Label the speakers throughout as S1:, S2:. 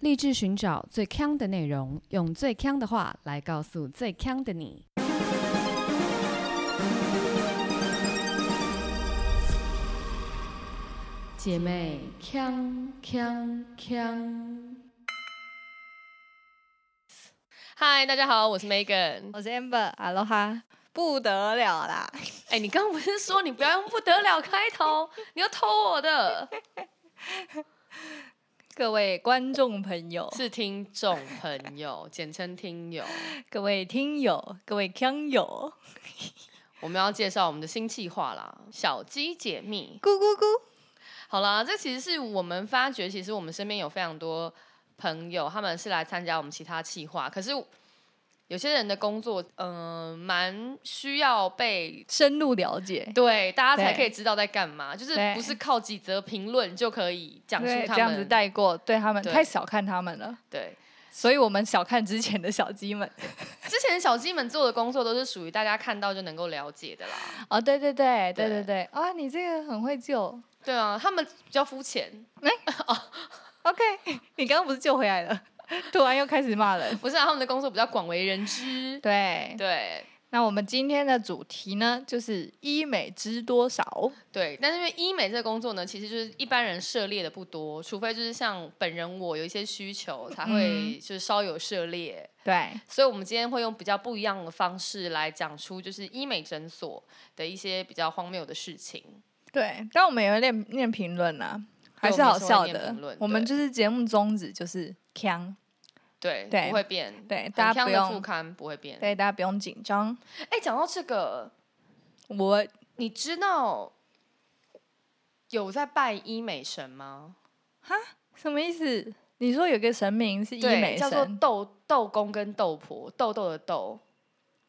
S1: 立志寻找最强的内容，用最强的话来告诉最强的你。姐妹，强强强！
S2: 嗨，大家好，我是 Megan。
S3: 我是 Amber，阿罗哈，不得了啦！
S2: 哎、你刚刚不是说你不要用不得了开头，你要偷我的？
S3: 各位观众朋 友，
S2: 是听众朋友，简称听友。
S3: 各位听友，各位腔友，
S2: 我们要介绍我们的新计划啦，小鸡解密。
S3: 咕咕咕！
S2: 好啦，这其实是我们发觉，其实我们身边有非常多朋友，他们是来参加我们其他企划，可是有些人的工作，嗯、蛮需要被
S3: 深入了解，
S2: 对大家才
S3: 对
S2: 可以知道在干嘛，就是
S3: 对
S2: 不是靠几则评论就可以讲出
S3: 对，
S2: 他
S3: 这样
S2: 们
S3: 子带过，对他们
S2: 对
S3: 太小看他们了，
S2: 对。
S3: 所以我们小看之前的小鸡们。
S2: 之前小鸡们做的工作都是属于大家看到就能够了解的啦。
S3: 哦，对对对对
S2: 对
S3: 对对，啊，你这个很会救。
S2: 对啊，他们比较肤浅，
S3: OK，你 刚刚不是救回来了， 突然又开始骂人。
S2: 不是、啊、他们的工作比较广为人 知。
S3: 对，
S2: 对
S3: 那我们今天的主题呢，就是医美知多少？
S2: 对，但是因为医美这个工作呢，其实就是一般人涉猎的不多，除非就是像本人我有一些需求才
S3: 嗯
S2: 会就是稍有涉猎。
S3: 对，
S2: 所以，我们今天会用比较不一样的方式来讲出，就是医美诊所的一些比较荒谬的事情。
S3: 对，但我们也会念念评论啊，还
S2: 对
S3: 是
S2: 我们
S3: 好
S2: 也是会
S3: 笑
S2: 念
S3: 的
S2: 评论。
S3: 我们
S2: 对
S3: 就是节目宗旨就是腔，
S2: 对，
S3: 对
S2: 不会变。
S3: 对
S2: 很
S3: 大家
S2: 强
S3: 不
S2: 的
S3: 用
S2: 副刊不会变。
S3: 对大家不用紧张。
S2: 哎，讲到这个，
S3: 我
S2: 你知道有在拜医美神吗？
S3: 什么意思？你说有个神明是医
S2: 对
S3: 美
S2: 叫做
S3: 神
S2: 豆豆公跟豆婆，豆豆的豆，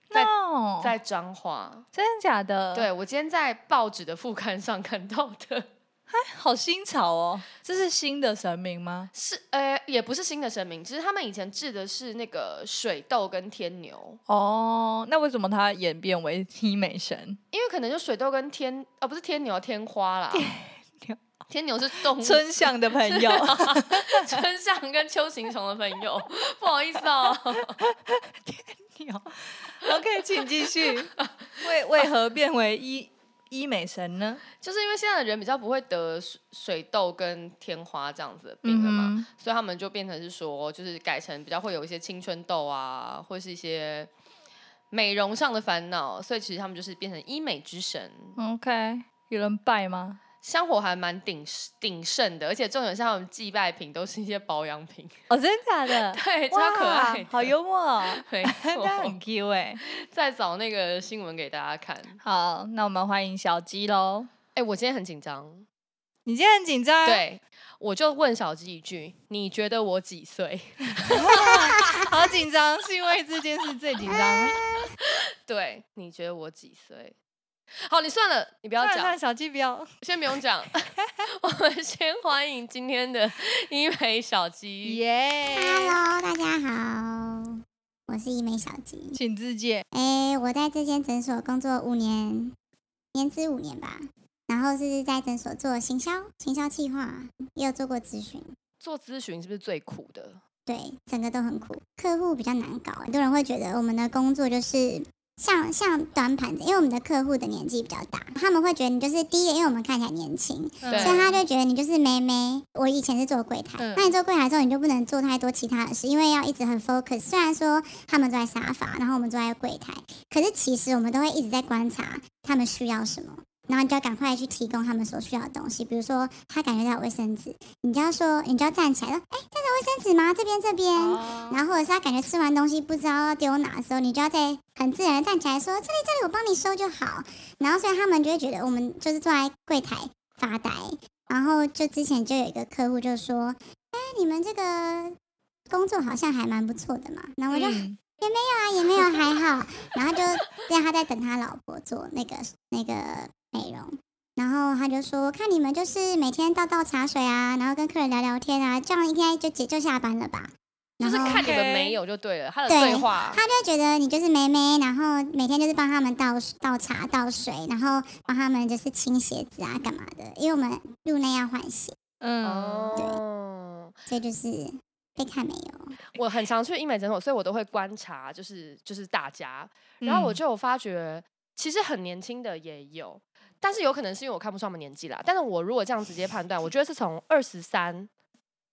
S2: 在
S3: ？No，
S2: 在彰化。
S3: 真的假的？，
S2: 对我今天在报纸的副刊上看到的，
S3: 好新潮哦！这是新的神明吗？
S2: 是呃，也不是新的神明，只是他们以前治的是那个水痘跟天牛，
S3: 哦，那为什么它演变为医美 神？
S2: 因为可能就水痘跟天啊，不是天牛，天花 啦。
S3: 牛
S2: 天牛是动物，
S3: 春象的朋 友，
S2: 春象跟秋行虫的朋友，不好意思哦。
S3: OK，请继续。 为为何变为医医美神呢？
S2: 就是因为现在的人比较不会得水水痘跟天花这样子的病了嘛，
S3: 嗯哼
S2: 所以他们就变成是说，就是改成比较会有一些青春痘啊，或是一些美容上的烦恼，所以其实他们就是变成医美之神，
S3: 嗯？OK，有人拜吗？
S2: 香火还蛮鼎鼎盛的，而且重点是他们祭拜品都是一些保养品，
S3: 哦，真的假的？
S2: 对，超
S3: 哇，
S2: 可爱的，
S3: 好幽
S2: ，
S3: 默、哦
S2: 没
S3: 他
S2: 错
S3: 很，Q
S2: 欸
S3: 哎、
S2: 再找那个新闻给大家看。
S3: 好，那我们欢迎小鸡喽。
S2: 哎、我今天很紧张，
S3: 你今天很紧张，，啊
S2: 对，我就问小鸡一句：你觉得我几岁？
S3: 好紧张，是因为这件事最紧张。
S2: 对，你觉得我几岁？好，你算了，你不要
S3: 算了算
S2: 讲
S3: 了，，小鸡不要。
S2: 先不用 讲。我们先欢迎今天的 医美小鸡。
S3: 耶、
S4: Hello，大家好，我是医美小吉。
S3: 请自荐。
S4: 哎、我在这间诊所工作五年，年资五年吧。然后是在诊所做行销、行销企划，也有做过咨询。
S2: 做咨询是不是最苦
S3: 啊
S2: 的？
S4: 对，整个都很苦，客户比较难搞。很多人会觉得我们的工作就是像像端盘子，因为我们的客户的年纪比较大，他们会觉得你就是第一个，因为我们看起来年轻，
S2: 对
S4: 所以他就觉得你就是妹妹。我以前是做柜台，
S3: 嗯
S4: 那你做柜台之后，你就不能做太多其他的事，因为要一直很 focus。虽然说他们坐在沙发，然后我们坐在柜台，可是其实我们都会一直在观察他们需要什么。然后你就要赶快去提供他们所需要的东西，比如说他感觉到有卫生纸，你就要说，你就要站起来说，哎，这是卫生纸吗？这边这边。然后或者是他感觉吃完东西不知道要丢哪的时候，你就要再很自然的站起来说，这里这里我帮你收就好。然后所以他们就会觉得我们就是坐在柜台发呆。然后就之前就有一个客户就说，哎，你们这个工作好像还蛮不错的嘛。然后我就、
S3: 嗯
S4: 啊，也没有还好。然后就对他在等他老婆做那个那个美容，然后他就说，看你们就是每天倒倒茶水啊，然后跟客人聊聊天啊，这样应该就结就下班了吧？
S2: 就是
S4: 然后
S2: 看你们
S3: OK
S2: 没有就对了。他的
S4: 对
S2: 对话，
S4: 他就觉得你就是妹妹，然后每天就是帮他们倒倒茶、倒水，然后帮他们就是清鞋子啊、干嘛的，因为我们入内要换鞋，
S3: 嗯，
S2: 哦，
S4: 所以就是被看没有？
S2: 我很常去医美诊所，所以我都会观察，就是就是大家，嗯然
S3: 嗯
S2: 后我就有发觉，其实很年轻的也有，但是有可能是因为我看不出他们年纪啦。但是我如果这样直接判断，我觉得是从二十三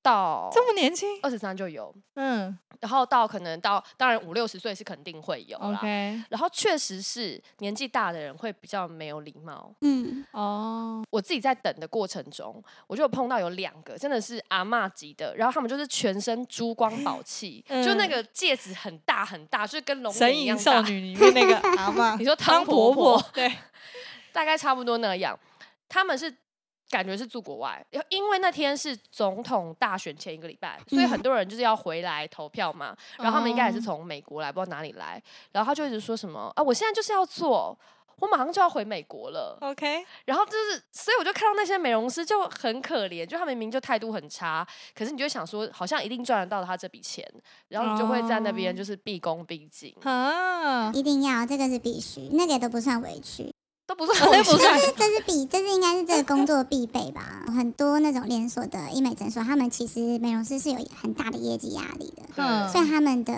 S2: 到
S3: 这么年轻，
S2: 二十三就有，
S3: 嗯
S2: 然后到可能到当然五六十岁是肯定会有啦。
S3: ，OK，
S2: 然后确实是年纪大的人会比较没有礼貌。
S4: 嗯，
S3: 哦，
S2: 我自己在等的过程中，我就有碰到有两个真的是阿嬷级的，然后他们就是全身珠光宝气，
S3: 嗯
S2: 就那个戒指很大很大，就是跟龙
S3: 神
S2: 鳞一
S3: 隐
S2: 样
S3: 少
S2: 大，
S3: 女里面 那个阿嬷，
S2: 你说
S3: 汤
S2: 汤
S3: 婆
S2: 婆婆
S3: 对，
S2: 大概差不多那样。他们是感觉是住国外，因因为那天是总统大选前一个礼拜，所以很多人就是要回来投票嘛。然后他们应该也是
S3: 嗯哦
S2: 从美国来，不知道哪里来。然后他就一直说什么啊，我现在就是要做。我马上就要回美国了，
S3: OK，
S2: 然后就是，所以我就看到那些美容师就很可怜，就他明明就态度很差，可是你就会想说，好像一定赚得到他这笔钱，然后你就会在那边
S3: 哦
S2: 就是毕恭毕敬，
S3: 啊，
S4: 一定要，这个是必须，那个都不算委屈，
S2: 都不是很
S3: 哦不算
S4: 这这是比这是应该是这个工作必备吧。很多那种连锁的医美诊所，他们其实美容师是有很大的业绩压力的，
S3: 嗯哦
S4: 所以他们的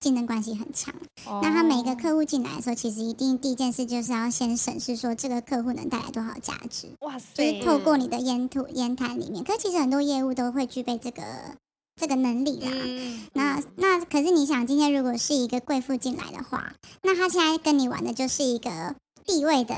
S4: 竞争关系很强。那他每一个客户进来的时候，其实一定第一件事就是要先审视说这个客户能带来多少价值，
S3: 哇
S4: 就是
S3: 塞，
S4: 透过你的言吐言谈里面。可是其实很多业务都会具备这个这个能力啦。
S3: 嗯，
S4: 那那可是你想，今天如果是一个贵妇进来的话，那她现在跟你玩的就是一个地位的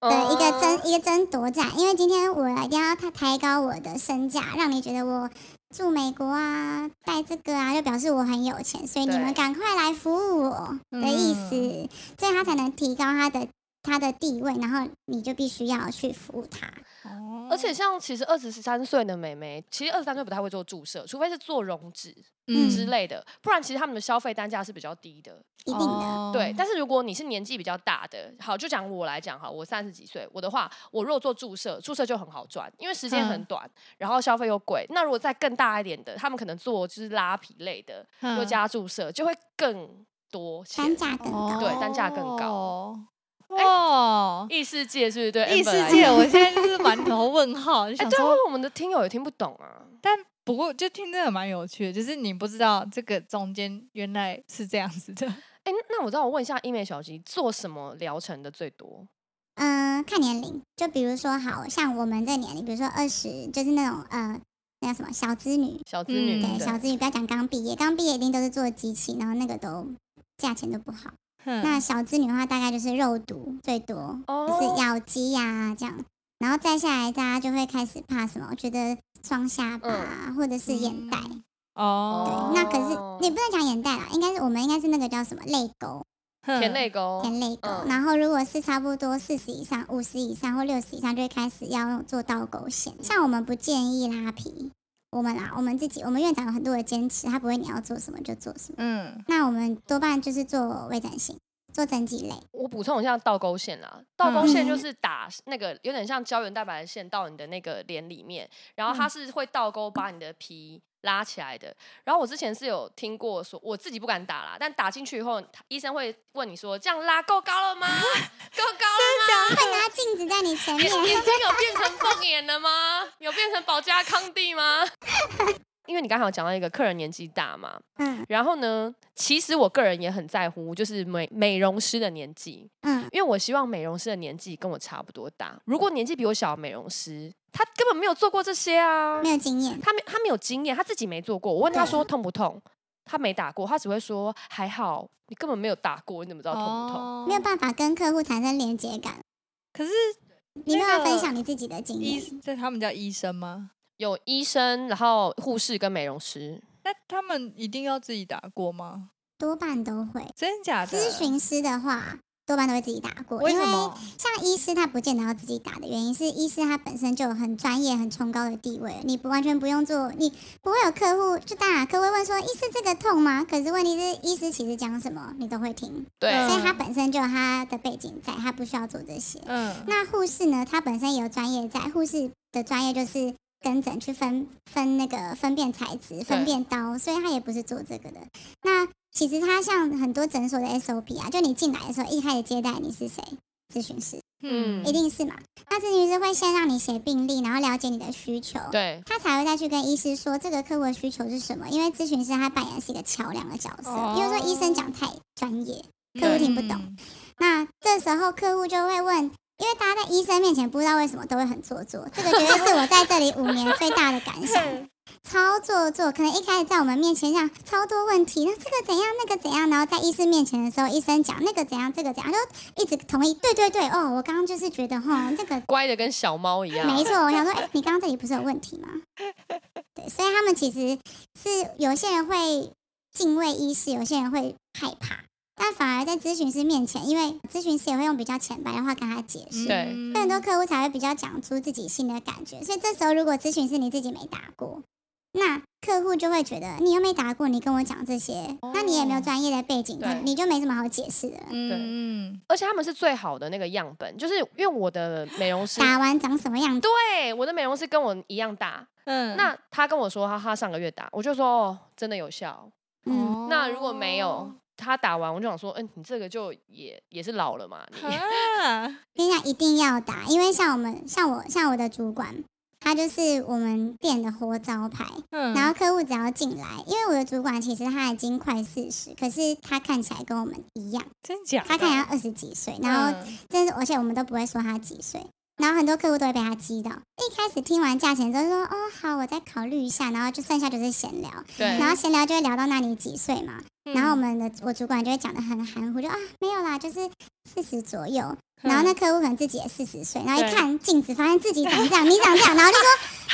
S4: 的一个
S3: 哦
S4: 争一个争夺战，因为今天我一定要他抬高我的身价，让你觉得我住美国啊，带这个啊，就表示我很有钱，所以你们
S2: 对
S4: 赶快来服务我
S3: 嗯
S4: 的意思，所以他才能提高他的他的地位，然后你就必须要去服务他。
S3: 哦
S2: 而且像其实二十三岁的美眉，其实二十三岁不太会做注射，除非是做溶脂
S3: 嗯
S2: 之类的，不然其实他们的消费单价是比较低的。
S4: 一定的，
S3: 哦
S2: 对，，但是如果你是年纪比较大的，好，就讲我来讲哈，我三十几岁，我的话，我如果做注射，注射就很好赚，因为时间很
S3: 嗯
S2: 短，然后消费又贵。那如果再更大一点的，他们可能做就是拉皮类的，又
S3: 嗯
S2: 加注射，就会更多
S4: 单
S2: 钱。
S4: 价更高。
S3: 哦
S2: 对单价更高
S3: 哇，
S2: 异世界是不是对
S3: 异
S2: Amber
S3: 世
S2: 来
S3: 界，
S2: 讲
S3: 我现在就是满头问号，就
S2: 哎，
S3: 想
S2: 对啊，
S3: 说
S2: 为什么我们的听友也听不懂啊？
S3: 但不过就听这个蛮有趣的，就是你不知道这个中间原来是这样子的。
S2: 哎、那我让我问一下，医美小吉做什么疗程的最多？
S4: 嗯、看年龄，就比如说，好像我们这年龄，比如说二十，就是那种呃，那叫什么小资女，
S2: 小资女、
S3: 嗯
S4: 对，
S2: 对
S4: 小资女不要讲刚毕业，刚毕业一定都是做机器，然后那个都价钱都不好。那
S3: 那
S4: 小资女的话，大概就是肉毒最多，就是
S2: 哦，
S4: 咬肌呀、这样。然后再下来，大家就会开始怕什么？我觉得双下巴、啊或者是眼袋。
S3: 哦，
S4: 那可是
S2: 哦
S4: 你不能讲眼袋啦，应该是我们应该是那个叫什么泪沟，
S2: 甜泪
S3: 哦
S2: 沟，
S4: 填泪沟。
S2: 嗯
S4: 然后如果是差不多四十以上、五十以上或六十以上，就会开始要做倒钩线。像我们不建议拉皮，我们啦，我们自己，我们院长有很多的坚持，他不会你要做什么就做什么。
S3: 嗯，
S4: 那我们多半就是做微整形，做整脊类。
S2: 我补充一下倒钩线啦，倒钩线就
S4: 嗯
S2: 是打那个有点像胶原蛋白的线到你的那个脸里面，然后它
S3: 嗯
S2: 是会倒钩把你的皮拉起来的。然后我之前是有听过说，我自己不敢打啦，但打进去以后，他医生会问你说这样拉够高了吗？够高
S4: 会拿镜子在 你前面
S2: 了吗？，眼睛有变成凤眼了吗？ 有变成保加康帝吗？ 因为你刚才有讲到一个客人年纪大嘛，
S4: 嗯
S2: 然后呢，其实我个人也很在乎，就是美美容师的年纪，
S4: 嗯，
S2: 因为我希望美容师的年纪跟我差不多大。如果年纪比我小的美容师，他根本没有做过这些啊，
S4: 没有经
S3: 哦
S4: 验。
S2: 他没他没有经验，他自己没做过。我问他说痛不痛，他没打过，他只会说还好，你根本没有打过，你怎么知道痛不痛？
S3: 哦
S4: 没有办法跟客户产生连接感，
S3: 可是
S4: 你没有
S3: 那
S4: 办
S3: 个
S4: 法分享你自己的经验。
S3: 医，这他们叫医生吗？
S2: 有医生，然后护士跟美容师，
S3: 那他们一定要自己打过吗？
S4: 多半都会。
S3: 真假的？
S4: 咨询师的话，多半都会自己打过，
S3: 呃为
S4: 因
S3: 什
S4: 为
S3: 么？
S4: 像医师他不见得要自己打的原因是，医师他本身就有很专业、很崇高的地位，你不完全不用做，你不会有客户就当然客户会问说，医师这个痛吗？可是问题是，医师其实讲什么你都会听，
S2: 对，
S3: 嗯
S4: 所以他本身就有他的背景在，他不需要做这些。
S3: 嗯，
S4: 那护士呢，她本身也有专业在，护士的专业就是跟诊去分分那个分辨材质、分辨刀，所以她也不是做这个的。那其实她像很多诊所的 SOP 啊，就你进来的时候一开始接待你是谁，咨询师，
S3: 嗯
S4: 一定是嘛？那咨询师会先让你写病历，然后了解你的需求，
S2: 对，
S4: 他才会再去跟医师说这个客户的需求是什么。因为咨询师他扮演是一个桥梁的角色，因为说医生讲太专业，客户
S2: 哦对嗯
S4: 听不懂。那这时候客户就会问，因为大家在医生面前不知道为什么都会很做作，这个绝对是我在这里五年最大的感想。超做作，可能一开始在我们面前让超多问题，那这个怎样，那个怎样，然后在医生面前的时候，医生讲那个怎样，这个怎样，就一直同意，对对对，哦，我刚刚就是觉得哈，这个
S2: 乖的跟小猫一样。
S4: 没错，我想说，哎、你刚刚这里不是有问题吗？对，所以他们其实是有些人会敬畏医师，有些人会害怕，但反而在咨询师面前，因为咨询师也会用比较浅白的话跟他解释，
S2: 对
S3: 嗯
S4: 所以很多客户才会比较讲出自己心里的感觉。所以这时候，如果咨询师你自己没打过，那客户就会觉得你又没打过，你跟我讲这些，那你也没有专业的背景，
S2: 对
S4: 你就没什么好解释的了。
S3: 嗯，
S2: 而且他们是最好的那个样本，就是因为我的美容师，
S4: 打完长什么样子？
S2: 对，我的美容师跟我一样大。
S3: 嗯
S2: 那他跟我说他他上个月打，我就说哦，真的有效。
S3: 哦
S4: 嗯，
S2: 那如果没有，他打完，我就想说，嗯、你这个就也也是老了嘛， 你
S3: 啊，
S4: 跟你讲一定要打，因为像我们，像我，像我的主管。他就是我们店的活招牌，
S3: 嗯
S4: 然后客户只要进来，因为我的主管其实他已经快四十，可是他看起来跟我们一样，
S3: 真假的？
S4: 他看起来二十几岁，然后
S3: 嗯
S4: 真是，而且我们都不会说他几岁。然后很多客户都会被他激到，一开始听完价钱之后就说：“哦，好，我再考虑一下。”然后就剩下就是闲聊，
S2: 对
S4: 然后闲聊就会聊到那你几岁嘛。
S3: 嗯
S4: 然后我们的我主管就会讲的很含糊，就啊没有啦，就是四十左右。
S2: 嗯
S4: 然后那客户可能自己也四十岁，然后一
S3: 嗯对
S4: 看镜子，发现自己长这样，你长这样，然后就说：“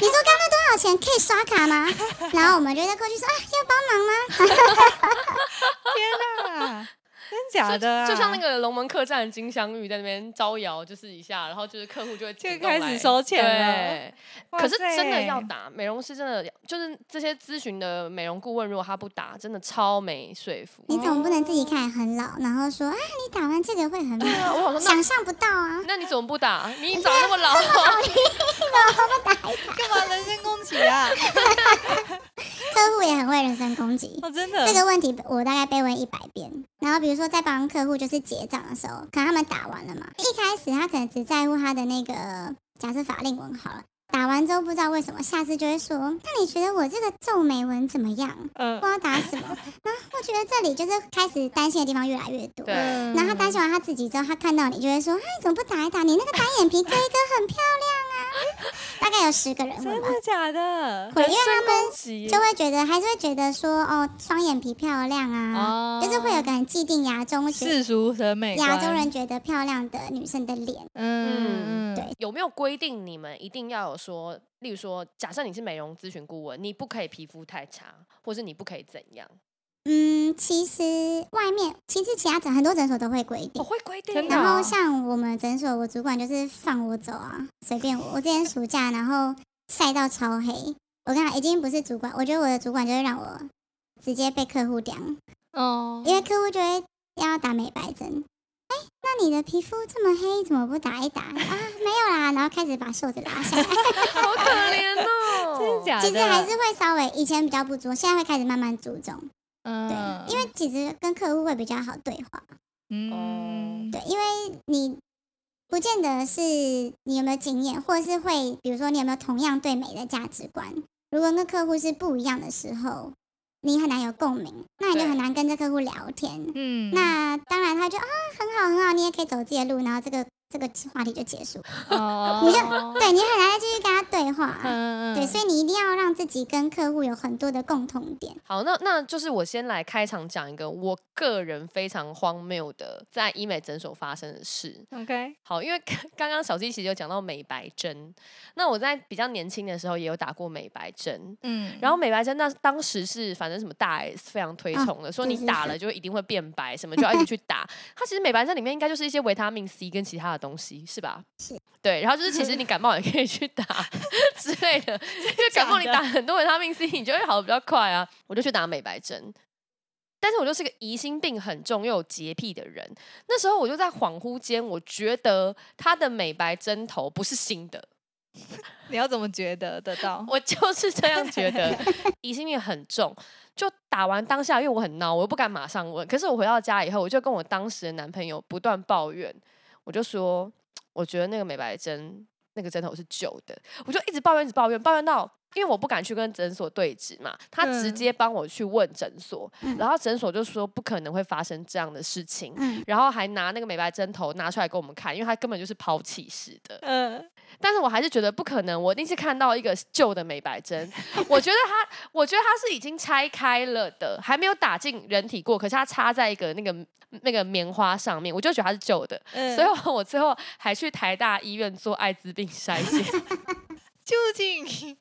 S4: 你说刚刚多少钱？可以刷卡吗？”然后我们就在过去说：“啊，要帮忙吗？”
S3: 天哪，真假
S2: 就
S3: 的啊？
S2: 就像那个龙门客栈金镶玉在那边招摇，就是一下，然后就是客户就会
S3: 就
S2: 主动
S3: 开始
S2: 来
S3: 收钱了
S2: 对，
S3: 哇
S2: 可是真的
S3: 塞
S2: 要打美容师，真的要就是这些咨询的美容顾问，如果他不打，真的超没说服。
S4: 你总不能自己看起来很老，然后说：“啊，你打完这个会很美，
S3: 哦
S2: 啊我想说
S4: 想象不到啊。”
S2: 那你怎么不打？你长那么 老，
S3: 干嘛人身攻击 啊？
S4: 客户也很会人身攻击。
S3: 哦，真的，
S4: 这个问题我大概被问一百遍。然后比如说在帮客户就是结账的时候，可能他们打完了嘛，一开始他可能只在乎他的那个假设法令纹好了。打完之后不知道为什么，下次就会说：“那你觉得我这个皱眉纹怎么样？不
S3: 嗯
S4: 知道打什么。”然后我觉得这里就是开始担心的地方越来越多。
S2: 对
S4: 然
S3: 嗯
S4: 后他担心完他自己之后，他看到你就会说：“哎，你怎么不打一打？你那个单眼皮割一割很漂亮啊！” 大概有十个人问
S3: 真
S4: 吧。
S3: 的假的？
S4: 会，因为他们
S2: 攻击
S4: 就会觉得还是会觉得说哦，双眼皮漂亮
S3: 哦
S4: 啊，就是会有个很既定亚洲觉
S3: 世俗审美观
S4: 亚洲人，觉得漂亮的女生的脸，
S3: 嗯嗯，
S4: 对
S2: 有没有规定你们一定要有说，例如说，假设你是美容咨询顾问，你不可以皮肤太差，或是你不可以怎样？
S4: 嗯，其实外面其实其他诊很多诊所都会规
S2: 我
S4: 定。
S2: 会规定
S3: 真的
S2: 啊，
S4: 然后
S3: 哦
S4: 像我们诊所，我主管就是放我走啊，随便我。我之前暑假然后晒到超黑，我跟你讲，已经不是主管，我觉得我的主管就是让我直接被客户刁，
S3: 哦，
S4: 因为客户就会要打美白针。哎，那你的皮肤这么黑，怎么不打一打啊？没有啦，然后开始把袖子拉下来。
S2: 好可怜哦，
S3: 真的假的？
S4: 其实还是会稍微以前比较不注重，现在会开始慢慢注重。对，
S3: 嗯，
S4: 因为其实跟客户会比较好对话。
S3: 嗯
S2: 哦
S4: 对，因为你不见得是你有没有经验，或是会比如说你有没有同样对美的价值观。如果跟客户是不一样的时候，你很难有共鸣，那你就
S2: 对
S4: 很难跟这客户聊天。
S3: 嗯，
S4: 那当然，他就啊很好很好，你也可以走自己的路，然后这个这个话题就结束。
S3: 哦，
S4: 你就对你很难再继续跟他对话啊、
S3: 嗯嗯，
S4: 对，所以你一定要让自己跟客户有很多的共同点。
S2: 好，那那就是我先来开场讲一个我个人非常荒谬的在医美诊所发生的事。
S3: OK，
S2: 好，因为刚刚小 T 其实有讲到美白针，那我在比较年轻的时候也有打过美白针。
S3: 嗯，
S2: 然后美白针那当时是反正什么大 S 非常推崇的，
S3: 啊
S2: 说
S4: 对
S2: 你
S4: 对
S2: 打
S4: 对
S2: 了就一定会变白，什么 就要一直去打。它其实美白针里面应该就是一些维他命 C 跟其他的东西，是吧？
S4: 是。
S2: 对，然后就是其实你感冒也可以去 打之类的，就感冒你
S3: 假的
S2: 打很多维他命 C，你就会好的比较快啊。我就去打美白针。但是我就是个疑心病很重又有洁癖的人，那时候我就在恍惚间，我觉得它的美白针头不是新的，
S3: 你要怎么觉得得 到？
S2: 我就是这样觉得，疑心病很重。就打完当下，因为我很孬，我又不敢马上问。可是我回到家以后，我就跟我当时的男朋友不断抱怨，我就说，我觉得那个美白针那个针头是旧的，我就一直抱怨，一直抱怨，抱怨到。因为我不敢去跟诊所对质嘛，他直
S3: 嗯
S2: 接帮我去问诊所，
S4: 嗯
S2: 然后诊所就说不可能会发生这样的事情，
S4: 嗯，
S2: 然后还拿那个美白针头拿出来给我们看，因为它根本就是抛弃式的。
S3: 嗯，
S2: 但是我还是觉得不可能，我一定是看到一个旧的美白针。 我觉得它，我觉得它是已经拆开了的，还没有打进人体过，可是它插在一个那个那个棉花上面，我就觉得它是旧的。所
S3: 嗯所
S2: 以我最后还去台大医院做艾滋病筛 检，
S3: 究竟，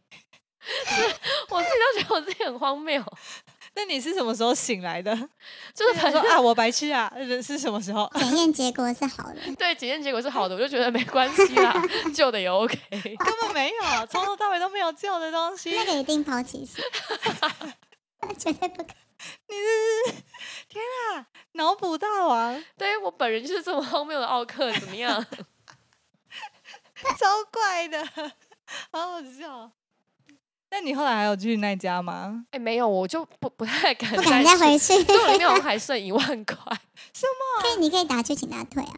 S2: 我自己都觉得我自己很荒谬，
S3: 那你是什么时候醒来 的？
S2: 就是
S3: 他
S2: 反
S3: 说
S2: 正
S3: 啊，我白痴啊，是是什么时候？
S4: 嗯检验结果是好的。
S2: 对检验结果是好的，我就觉得没关系啦，旧的也 OK。
S3: 根本没有，从头到尾都没有旧的东西。
S4: 那个一定抛弃式， 绝对不可
S3: 脑补大王，
S2: 对我本人就是这么荒谬的奥克，怎么 样？
S3: 超怪的， 好好笑。那你后来还有去那家吗？
S2: 哎、没有，我就不不太敢
S4: 不敢再
S2: 去
S4: 回去。
S2: 所以我里面好像还剩一万块，
S4: 可以，你可以打去请他退啊，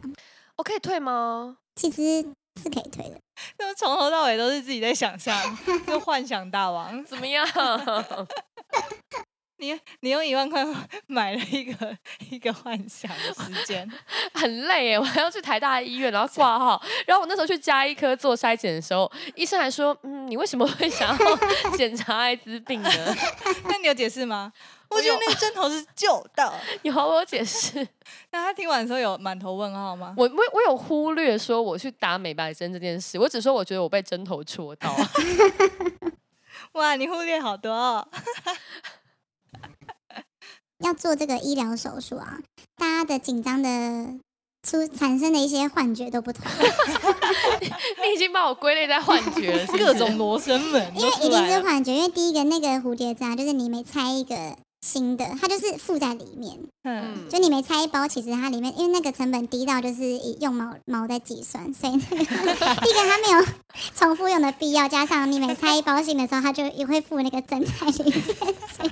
S2: 我可以退吗？
S4: 其实是可以退的。
S3: 就从头到尾都是自己在想象， 就幻想大 王。
S2: 怎么样？
S3: 你你用一万块买了一个一个幻想的时间，
S2: 很累耶，我还要去台大医院，然后挂号。然后我那时候去加医科做筛检的时候，医生还说：“嗯，你为什么会想要 检查艾滋病呢
S3: 那你有解释吗？
S2: 我
S3: 我觉得
S2: 有
S3: 那个针头是旧的。？”
S2: 有啊，我有解释，
S3: 那他听完的时候有满头问号吗？
S2: 我我我有忽略说我去打美白针这件事，我只说我觉得我被针头戳 到。
S3: 哇，你忽略好多、哦。
S4: 要做这个医疗手术啊，大家的紧张的出产生的一些幻觉都不同，
S2: 你已经把我归类在幻觉了，是不是
S3: 各种罗生门
S4: 因
S3: 都
S4: 为
S3: 出
S4: 一定
S3: 来
S4: 是
S3: 了。
S4: 幻觉。因为第一个那个蝴蝶啊章，就是你每拆一个新的，它就是附在里面。
S3: 嗯，
S2: 嗯，
S4: 就你每拆一包，其实它里面因为那个成本低到就是以用毛毛在计算，所以 那个第一个它没有 重复用的必要，加上你每拆一包新的时候，它就也会附那个针在里面， 所以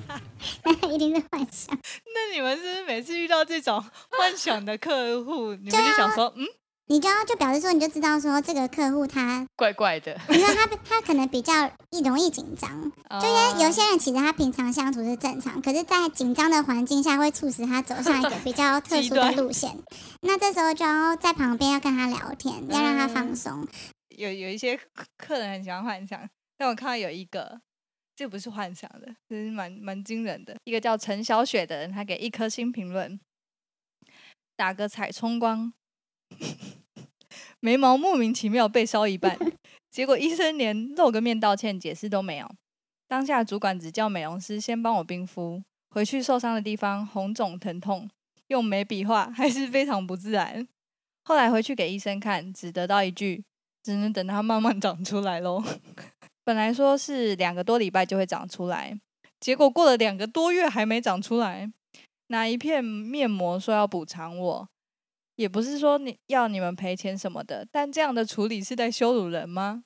S4: 那一定是幻想。
S3: 那你们是不是每次遇到这种幻想的客户，你们就想说，嗯，
S4: 你就要就表示说，你就知道说这个客户他，
S2: 怪怪 的。
S4: 你知道他他可能比较易容易紧张，
S3: 就
S4: 因为有些人其实他平常相处是正常，可是，在紧张的环境下会促使他走向一个比较特殊
S3: 极
S4: 的
S3: 端
S4: 路线。那这时候就要在旁边要跟他聊天，要让他放
S3: 嗯
S4: 松。
S3: 有有一些客客人很喜欢幻想，但我看到有一个，这不是幻想的，这是蛮蛮惊人的。一个叫陈小雪的人，他给一颗星评论，打个彩冲光， 眉毛莫名其妙被烧一半， 结果医生连露个面道歉解释都没有。当下主管只叫美容师先帮我冰敷，回去受伤的地方红肿疼痛，用眉笔画还是非常不自然。后来回去给医生看，只得到一句只能等它慢慢长出来喽。 本来说是两个多礼拜就会长出来，结果过了两个多月还没长出来。哪一片面膜说要补偿我，也不是说你要你们赔钱什么的，但这样的处理是在羞辱人吗？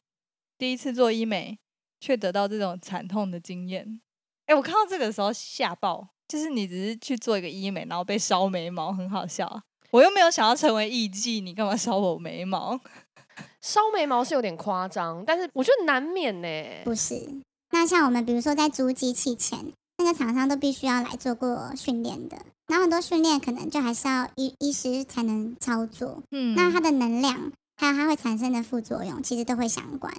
S3: 第一次做医美，却得到这种惨痛的经验。哎，我看到这个时候吓爆，就是你只是去做一个医美，然后被烧眉毛，很好笑啊。我又没有想要成为艺妓，你干嘛烧我眉毛？
S2: 烧眉毛是有点夸张，但是我觉得难免呢、
S4: 不是。那像我们比如说在租机器前，那个厂商都必须要来做过训练的，然后很多训练可能就还是要医医师才能操作。
S3: 嗯
S4: 那它的能量还有它会产生的副作用，其实都会相关。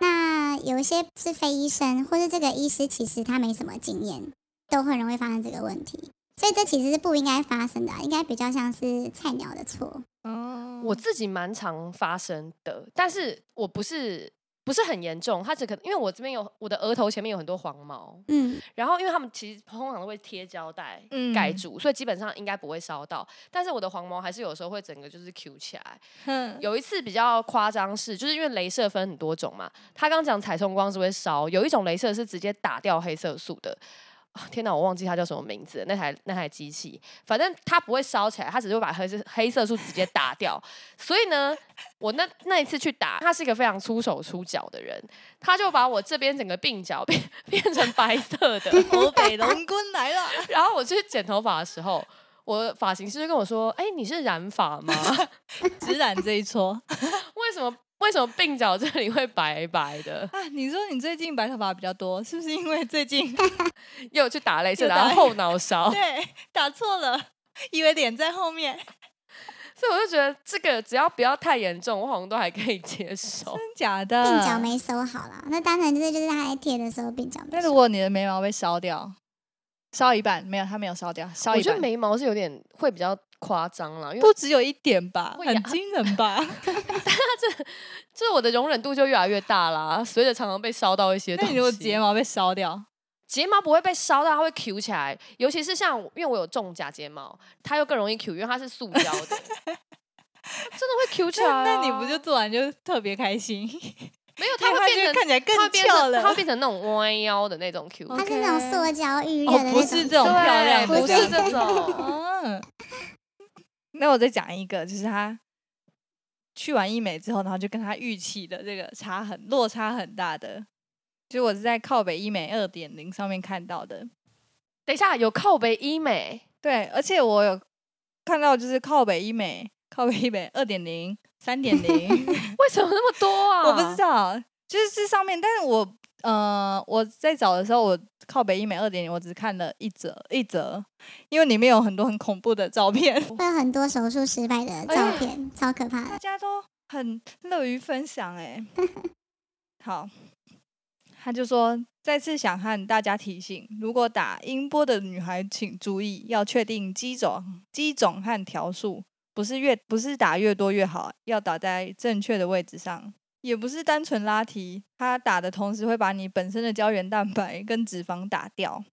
S4: 那有一些是非医生，或是这个医师其实他没什么经验，都很容易发生这个问题。所以这其实是不应该发生的啊，应该比较像是菜鸟的错。
S3: 哦
S2: 我自己蛮常发生的，但是我不是不是很严重，它只可能因为我这边有我的额头前面有很多黄毛，
S4: 嗯，
S2: 然后因为他们其实通常都会贴胶带盖
S3: 嗯
S2: 住，所以基本上应该不会烧到，但是我的黄毛还是有时候会整个就是 Q 起来。
S3: 嗯哼
S2: 有一次比较夸张是，就是因为镭射分很多种嘛，他刚讲彩冲光是会烧，有一种镭射是直接打掉黑色素的。啊天哪，我忘记它叫什么名字了，那台那台机器，反正它不会烧起来，它只是会把黑色黑色素直接打掉。所以呢，我那那一次去打，他是一个非常出手出脚的人，他就把我这边整个鬓角 变变成白色的，
S3: 欧北龙君来了，
S2: 然后我去剪头发的时候，我发型师就跟我说：“哎、你是染发吗？
S3: 直染这一撮
S2: 为什么为什么鬓角这里会白白的？
S3: 啊！你说你最近白头发比较多，是不是因为最近
S2: 又去打镭射，
S3: 又打
S2: 然后后脑 勺。
S3: 对打错了，以为脸在后面？真
S2: 所以我就觉得这个只要不要太严重，我好像都还可以接 受。
S3: 假的？
S4: 鬓角没收好了，那当然就是就是他还贴的时候鬓角没
S3: 那如
S4: 收。
S3: 果你的眉毛被烧掉，烧一半没有，它没有烧掉，烧
S2: 我
S3: 一
S2: 觉
S3: 半
S2: 得。眉毛是有点会比较夸张啦，因为
S3: 不只有一点吧，
S2: 会呀
S3: 很惊人 吧？
S2: 就是我的容忍度就越来越大啦。随着常常被烧到一些东
S3: 那
S2: 西，
S3: 你如果睫毛被烧掉，
S2: 睫毛不会被烧到，它会 Q 起来。尤其是像我因为我有种假睫毛，它又更容易 Q，因为它是塑胶 的，真的会 Q 起来、啊
S3: 那那你不就做完就特别开心？
S2: 没有？
S3: 因
S2: 它
S3: 为
S2: 会变
S3: 就
S2: 成
S3: 看起来
S2: 它
S3: 更
S2: 会变成
S3: 翘了
S2: 它。会变成那种弯腰的那种 Q，
S4: 它是那种
S3: OK
S4: 塑胶预热
S3: 哦
S4: 的那种，
S3: 不是这种
S2: 对
S3: 漂亮的
S2: 不
S4: 不
S2: 是
S4: 是
S2: 这种。
S3: 嗯， 那我再讲一个，就是他去完医美之后，然后就跟他预期的这个差很落差很大的，就是我是在靠北医美二点零上面看到的。
S2: 等一下，有靠背医美，
S3: 对，而且我有看到就是靠北医美、靠北医美二点零、三点零，
S2: 为什么那么多啊？
S3: 我不知道，就是这上面，但是我呃我在找的时候，我靠北医美二点零，我只看了一则一则，因为里面有很多很恐怖的照片。
S4: 会有很多手术失败的照
S3: 哎
S4: 片，超可怕
S3: 大
S4: 的。
S3: 家都很乐于分享哎、好，他就说再次想和大家提醒，如果打音波的女孩请注意，要确定机种、机种和条数，不是越不是打越多越好，要打在正确的位置上。也不是单纯拉提，它打的同时会把你本身的胶原蛋白跟脂肪打掉。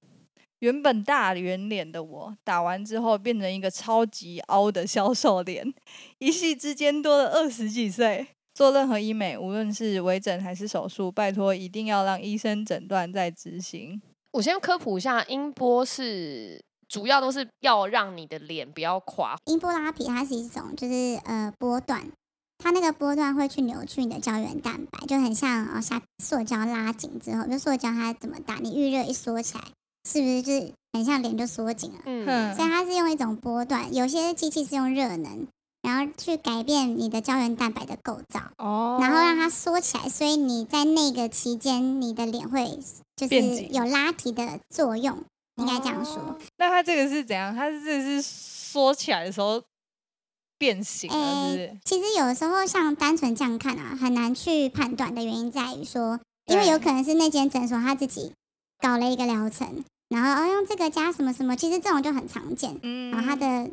S3: 原本大圆脸的我，打完之后变成一个超级凹的消瘦脸，一夕之间多了二十几岁。做任何医美，无论是微整还是手术，拜托一定要让医生诊断再执行。
S2: 我先科普一下，音波是主要都是要让你的脸不要垮，
S4: 音波拉皮它是一种就是呃波段，它那个波段会去扭曲你的胶原蛋白，就很像哦，像塑胶拉紧之后，就塑胶它怎么打，你预热一缩起来，是不是就是很像脸就缩紧了？
S2: 嗯
S3: 嗯，
S4: 所以它是用一种波段，有些机器是用热能，然后去改变你的胶原蛋白的构造，
S3: 哦
S4: 然后让它缩起来，所以你在那个期间，你的脸会就是
S3: 变紧哦
S4: 有拉提的作用，应该这样说。
S3: 那它这个是怎样？它是这个是缩起来的时候变形了，是不是？
S4: 其实有的时候像单纯这样看啊，很难去判断的原因在于说，因为有可能是那间诊所他自己搞了一个疗程，然后哦用这个加什么什么，其实这种就很常见。
S3: 嗯
S4: 然后它哦的，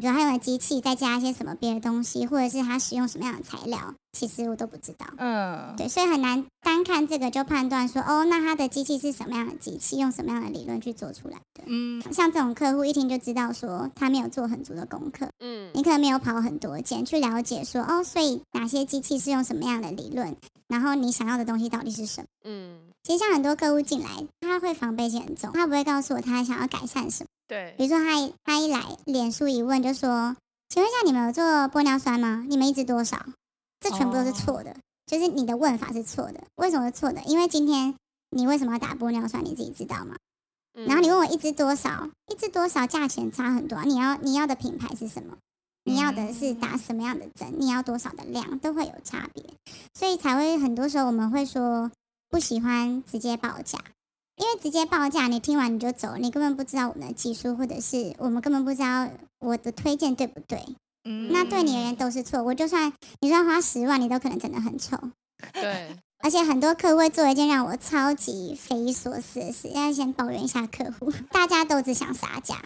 S4: 比如他用的机器再加一些什么别的东西，或者是他使用什么样的材料，其实我都不知道。
S3: 嗯，
S4: 对，所以很难单看这个就判断说，哦，那他的机器是什么样的机器，用什么样的理论去做出来的。
S3: 嗯，
S4: 像这种客户一听就知道说他没有做很足的功课，
S2: 嗯
S4: 你可能没有跑很多间去了解说，哦，所以哪些机器是用什么样的理论，然后你想要的东西到底是什么。
S2: 嗯，
S4: 其实像很多客户进来，他会防备心很重，他不会告诉我他想要改善什么。
S2: 对
S4: 比如说他一他一来，脸书一问就说：“请问一下，你们有做玻尿酸吗？你们一支多少？”这全部都是
S3: 哦
S4: 错的，就是你的问法是错的。为什么是错的？因为今天你为什么要打玻尿酸，你自己知道吗？
S2: 嗯
S4: 然后你问我一支多少，一支多少价钱差很多啊、你要你要的品牌是什么？你要的是打什么样的针？你要多少的量都会有差别，所以才会很多时候我们会说不喜欢直接报价，因为直接报价你听完你就走，你根本不知道我们的技术，或者是我们根本不知道我的推荐对不对，
S3: 嗯
S4: 那对你而言都是错。我就算你算花十万，你都可能真的很丑。
S2: 对，
S4: 而且很多客户会做一件让我超级匪夷所思的事，要先抱怨一下客户，大家都只想杀价，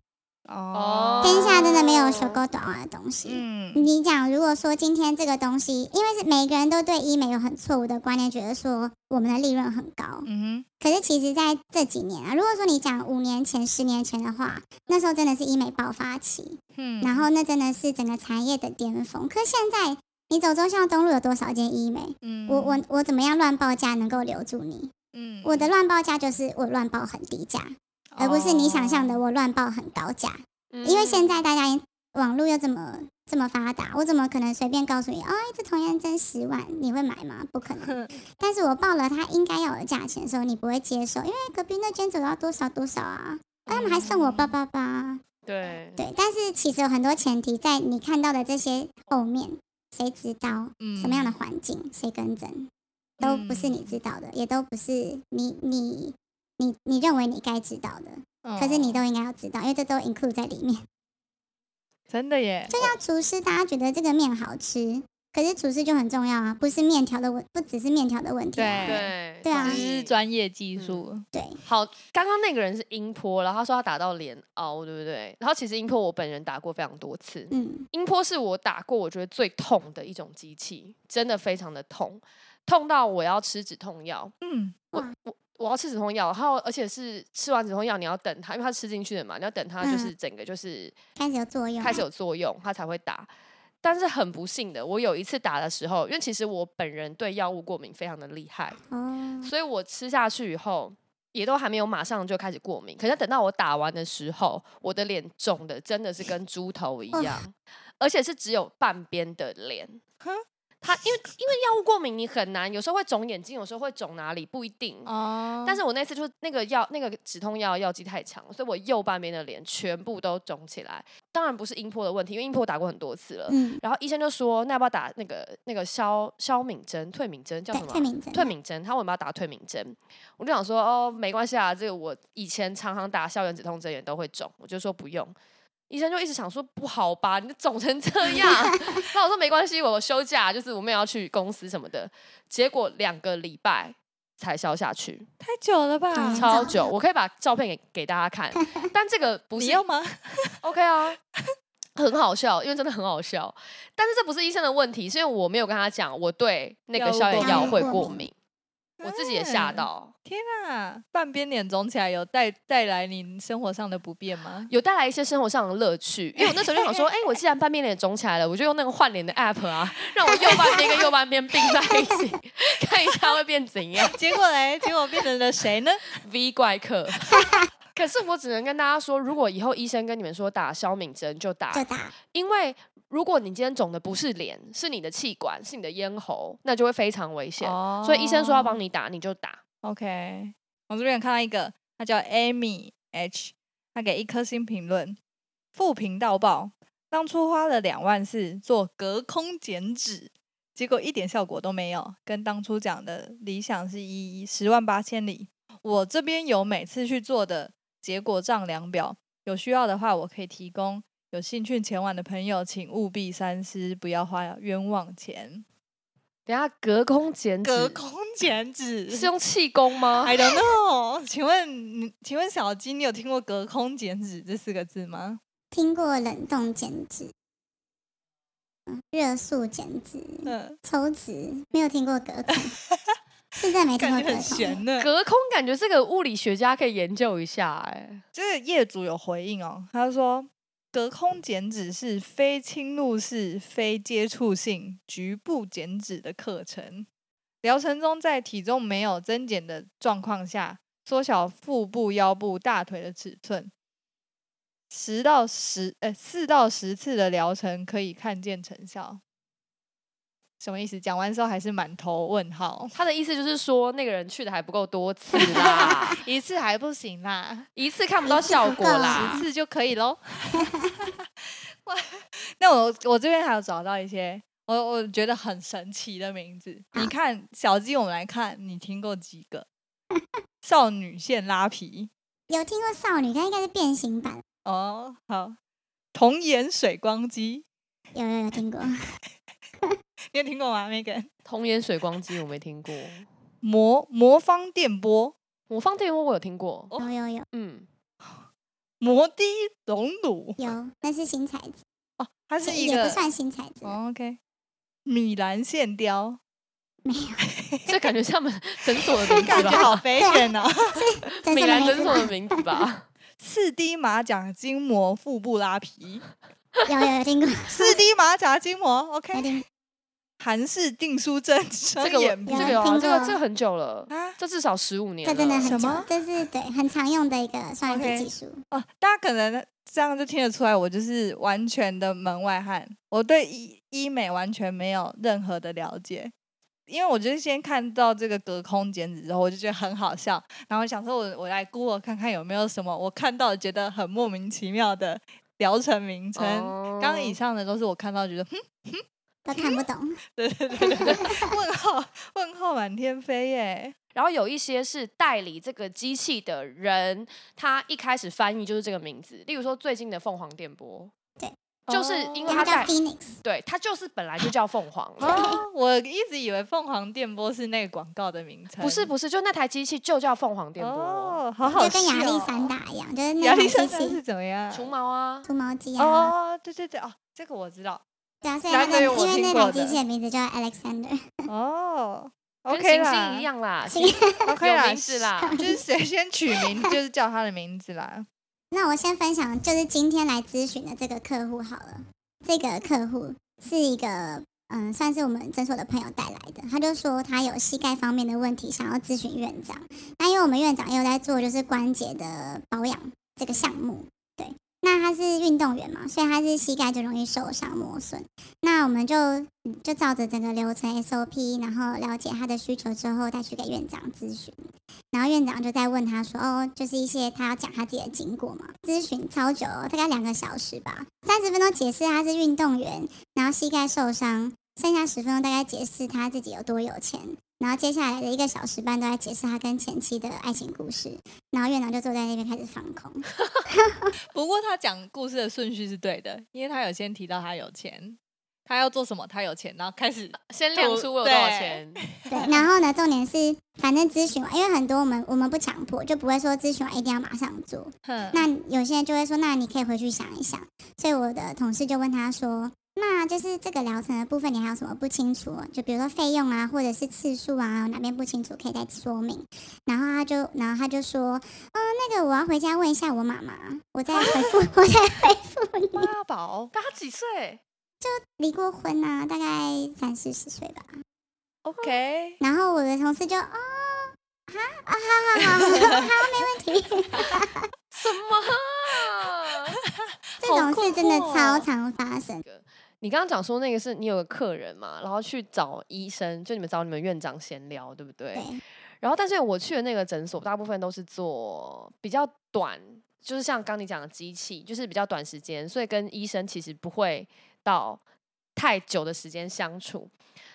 S3: 哦，
S4: 天下真的没有修够短袜的东西。
S3: 嗯，
S4: 你讲，如果说今天这个东西，因为是每个人都对医美有很错误的观念，觉得说我们的利润很高，
S3: 嗯
S4: 可是其实在这几年啊，如果说你讲五年前、十年前的话，那时候真的是医美爆发期，
S3: 哼，嗯
S4: 然后那真的是整个产业的巅峰。可是现在你走中巷东路有多少间医美？
S3: 嗯
S4: 我我我怎么样乱报价能够留住你？
S3: 嗯
S4: 我的乱报价就是我乱报很低价，而不是你想象的哎
S3: 哦
S4: 我乱报很高价。因
S2: 因
S4: 为现在大家网络又这么这么发达，我怎么可能随便告诉你哦，一支童颜针十万，你会买吗？不可能。 但是我报了他应该要的价哎钱的时候，你不会接受，因为隔壁那间走到多少多少啊，啊他们还送我八八八，
S2: 嗯对，
S4: 对，但是其实有很多前提在你看到的这些后面，谁知道
S3: 嗯
S4: 什么样的环境，谁跟真，都不是
S2: 嗯
S4: 你知道的，也都不是你你你你认为你该知道的，可是
S2: 哦
S4: 你
S3: 嗯
S4: 都应该要知道，因为这都 include 在里面。
S3: 真的耶，
S4: 就像厨师，大家觉得这个面好吃，可是厨师就很重要啊，不是面条的问，不只是面条的问题、啊。
S3: 对
S2: 对
S4: 对啊
S2: 同
S3: 这是
S2: 意
S3: 专业技术，
S4: 对
S2: 好，刚刚那个人是音波，然后他说他打到脸凹，对不对？然后其实音波我本人打过非常多次，
S4: 嗯，
S2: 音波是我打过我觉得最痛的一种机器，真的非常的痛，痛到我要吃止痛药，
S3: 嗯，
S2: 我要吃止痛药，然后而且是吃完止痛药你要等它，因为它吃进去的嘛，你要等它就
S4: 嗯
S2: 是整个就是
S4: 开始有作用啊，
S2: 开始有作用，它才会打。但是很不幸的，我有一次打的时候，因为其实我本人对药物过敏非常的厉害，
S4: 哦，
S2: 所以我吃下去以后，也都还没有马上就开始过敏。可是等到我打完的时候，我的脸肿的真的是跟猪头一
S4: 哦
S2: 样，而且是只有半边的脸
S3: 哼。
S2: 它因为因为药物过敏，你很难，有时候会肿眼睛，有时候会肿哪里不一定。
S3: 哦，
S2: 但是我那次就是那个药那个止痛药药剂太强，所以我右半边的脸全部都肿起来。当然不是音波的问题，因为音波我打过很多次了。
S4: 嗯，
S2: 然后医生就说，那要不要打那个那个消消敏针、退敏针叫
S4: 对
S2: 什，么啊？
S4: 退敏针，
S2: 退敏针，他问我们要打退敏针，我就想说哦，没关系啊，这个我以前常常打消炎止痛针也都会肿，我就说不用。医生就一直想说不好吧，你肿成这 样。那我说没关系，我休假，就是我们也要去公司什么的。结果两个礼拜才消下去，
S3: 太久了 吧？
S4: 对很
S2: 超
S4: 早
S2: 久。我可以把照片给给大家 看，但这个不
S3: 你
S2: 是
S3: 要吗？
S2: OK 啊， 很好笑，因为真的很好笑。但是这不是医生的问题，是因为我没有跟他讲我对那个
S3: 药物
S2: 消炎
S3: 过
S2: 药
S4: 敏
S2: 会
S4: 过
S2: 过
S4: 敏
S2: 敏，我自己也吓
S3: 嗯
S2: 到。
S3: 天啊，半边脸肿起来有带带来你生活上的不便吗？
S2: 有带来一些生活上的乐趣，因为我那时候就想说，哎、我既然半边脸肿起来了，我就用那个换脸的 app 啊，让我右半边跟右半边并在一起， 看一下会变怎样。
S3: 结果嘞，结果变成了谁 呢？
S2: V 怪客，可是我只能跟大家说，如果以后医生跟你们说打消敏针就打，
S4: 就打，
S2: 因为如果你今天肿的不是脸，是你的气管，是你的咽喉，那就会非常危险。
S3: 哦
S2: 所以医生说要帮你打，你就打。
S3: OK，我这边有看到一个，他叫 Amy H，他给一颗星评论，负评到爆。当初花了两万四做隔空减脂，结果一点效果都没有，跟当初讲的理想是一十万八千里。我这边有每次去做的结果丈量表，有需要的话我可以提供。有兴趣前往的朋友，请务必三思，不要花冤枉钱。
S2: 等一下隔空减
S3: 隔
S2: 脂
S3: 空哎减脂
S2: 是用气功 吗？
S3: I don't know，请问你，请问小鸡，你有听过“隔空减脂”这四个字吗？
S4: 听过冷冻减脂，嗯热速减脂，
S3: 嗯，
S4: 抽脂，没有听过隔 空，是真的没听
S3: 感
S4: 过
S3: 觉很
S4: 隔空。
S3: 悬呢。
S2: 隔空感觉这个物理学家可以研究一下、哎，
S3: 这个业主有回应哦，他说隔空减脂是非侵入式、非接触性局部减脂的课程，疗程中在体重没有增减的状况下，缩小腹部、腰部、大腿的尺寸。十到十，呃，四到十次的疗程可以看见成效。什么意思？讲完之后还是满头问号，
S2: 他的意思就是说那个人去的还不够多次 啦，
S3: 一次还不行啦。
S2: 一次看不到效果啦
S3: 一。次就可以喽。 哇那我我这边还有找到一些我我觉得很神奇的名字，你看小鸡，我们来看你听过几个？少女线拉皮
S4: 有听过少女，但应该是变形版，
S3: 哦，好，童颜水光肌，
S4: 有有有 听过。
S3: 哦你有听过吗？Megan，
S2: 童颜水光肌我没听过，
S3: 魔魔方电波，
S2: 魔方电波我有听过，
S3: 哦
S4: 有有有
S2: 嗯，
S3: 摩的隆乳，
S4: 有，那是新材质，
S3: 哦它是一
S4: 也不
S3: 个、
S4: 算新材质，
S3: 哦、OK，米兰线雕，
S4: 没有，
S2: 这感觉像我们诊所 的名字
S3: 感觉 好
S2: 吧，
S3: 危险哦。
S4: 真
S2: 米
S4: 是
S2: 兰
S4: 没
S2: 诊
S4: 听
S2: 所
S4: 过。
S2: 的名字 吧。
S3: 四 D 马甲筋膜腹部拉皮，
S4: 有有有听过，
S3: 四 D 马甲筋膜
S4: 有
S3: ，OK，
S4: 听
S3: 韩式订书针
S2: 这
S3: 双
S2: 个我
S3: 眼皮
S2: 这个有
S4: 有
S2: 啊
S4: 听
S2: 这个
S4: 过
S2: 这个很久了，
S3: 啊，
S2: 这至少十五年
S4: 这
S2: 了。
S4: 真的很
S3: 什
S4: 久
S3: 么，
S4: 这是对很常用的一个算是
S3: OK
S4: 技术。
S3: 哦，大家可能这样就听得出来，我就是完全的门外汉，我对医医美完全没有任何的了解。因为我就是先看到这个隔空剪纸之后，我就觉得很好笑，然后想说我我来 Google 看看有没有什么我看到觉得很莫名其妙的疗程名称。
S2: 哦
S3: 刚刚以上的都是我看到觉得，哼，
S4: 都看不懂。
S3: 对 对对对对，问号问号满天飞耶！
S2: 然后有一些是代理这个机器的人，他一开始翻译就是这个名字，例如说最近的凤凰电波，
S4: 对，
S2: 就是
S3: 哦
S2: 因为
S4: 然
S2: 他
S4: 后叫
S2: 代，
S4: Phoenix，
S2: 对他就是本来就叫凤凰了。
S3: 哦，我一直以为凤凰电波是那个广告的名称，
S2: 不是不是，就那台机器就叫凤凰电波，
S3: 哦，好好笑
S4: 就跟亚历
S3: 哦
S4: 山大一样，就是那
S3: 亚历
S4: 种
S3: 山
S4: 机
S3: 大
S4: 器
S3: 是怎么样？
S2: 除毛啊，
S4: 除毛机啊。
S3: 哦，对对对，哦，这个我知 道。
S4: 对啊，所以
S3: 哪
S4: 那
S3: 个
S4: 个
S3: 有我
S4: 因为
S3: 听
S4: 那
S3: 过
S4: 台机
S3: 的
S4: 器的名字叫 Alexander，
S3: 哦
S2: 跟行
S3: ，OK 啦
S2: 星一样啦，
S4: 行
S2: 行
S3: ，OK
S2: 有
S3: 啦，
S2: 名字啦，
S3: 就是 谁先取名，就是叫他的名字啦。
S4: 那我先分享，就是今天来咨询的这个客户好了。这个客户是一个，嗯，算是我们诊所的朋友带来的。他就说他有膝盖方面的问题，想要咨询院长。那因为我们院长也有在做就是关节的保养这个项目，对。那他是运动员嘛，所以他是膝盖就容易受伤磨损。那我们就嗯就照着整个流程 SOP，然后了解他的需求之后，再去给院长咨询。然后院长就在问他说：“哦，就是一些他要讲他自己的经过嘛，咨询超久哦、大概两个小时吧，三十分钟解释他是运动员，然后膝盖受伤，剩下十分钟大概解释他自己有多有钱，然后接下来的一个小时半都在解释他跟前妻的爱情故事。然后院长就坐在那边开始放空，
S3: 不过他讲故事的顺序是对的，因为他有先提到他有钱，他要做什么，他有钱，然后开始
S2: 先亮出我有多少
S3: 对
S2: 钱，
S4: 对。然后呢，重点是反正咨询完，因为很多我们我们不强迫，就不会说咨询完一定要马上做，
S3: 哼
S4: 那有些人就会说，那你可以回去想一想。所以我的同事就问他说，那就是这个疗程的部分，你还有什么不清楚？就比如说费用啊，或者是次数啊，哪边不清楚可以再说明。然后他就，然后他就说，嗯，那个我要回家问一下我妈妈，我再回复，我再回复你。
S3: 妈宝
S2: 他几岁？
S4: 离过婚啊，大概三四十岁吧。
S3: ，OK，
S4: 然后我的同事就，哦，啊啊，好好好，好，没问题。
S2: 什 么啊？
S4: 这种事真的
S3: 好困惑
S4: 超
S3: 哦
S4: 常发生。
S2: 你刚刚讲说那个是你有个客人嘛，然后去找医生，就你们找你们院长闲聊，对不对？
S4: 对，
S2: 然后，但是我去的那个诊所，大部分都是做比较短，就是像刚你讲的机器，就是比较短时间，所以跟医生其实不会到太久的时间相处。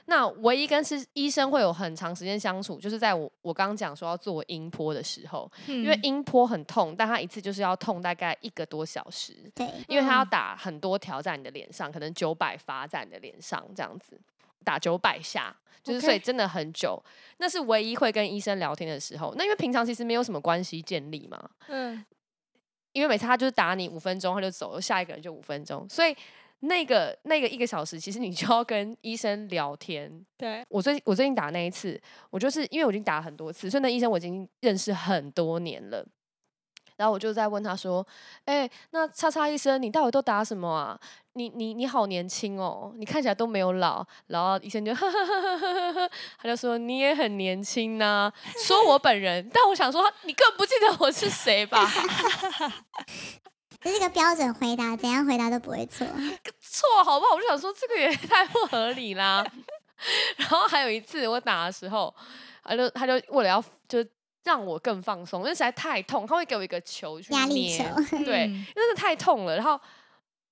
S2: 那唯一跟是医生会有很长时间相处，就是在我我刚刚讲说要做音波的时候，因
S3: 因
S2: 为音波很痛，但它一次就是要痛大概一个多小时。
S4: 对，
S2: 因为他要
S3: 嗯
S2: 打很多条在你的脸上，可能九百发在你的脸上这样子，打九百下，就是所以
S3: OK
S2: 真的很久。那是唯一会跟医生聊天的时候。那因为平常其实没有什么关系建立嘛，
S3: 嗯，
S2: 因为每次他就是打你五分钟他就走了，下一个人就五分钟，所以那个那个一个小时，其实你就要跟医生聊天。
S3: 对，
S2: 我最我最近打那一次，我就是因为我已经打很多次，所以那医生我已经认识很多年了。然后我就在问他说：“哎、那叉叉医生，你到底都打什么啊？你你你好年轻哦，你看起来都没有老。”然后医生就 呵呵呵呵呵，他就说：“你也很年轻呐、说我本人，但我想说，你更不记得我是谁吧？
S4: 这是个标准回答，怎样回答都不会错。
S2: 错，好不好？我就想说这个也 太不合理啦。 然后还有一次我打的时候，他就他就为了要就让我更放松，因为实在太痛，他会给我一个球去
S4: 压力
S2: 捏
S4: 球，
S2: 对，
S3: 嗯
S2: 真的太痛了。然后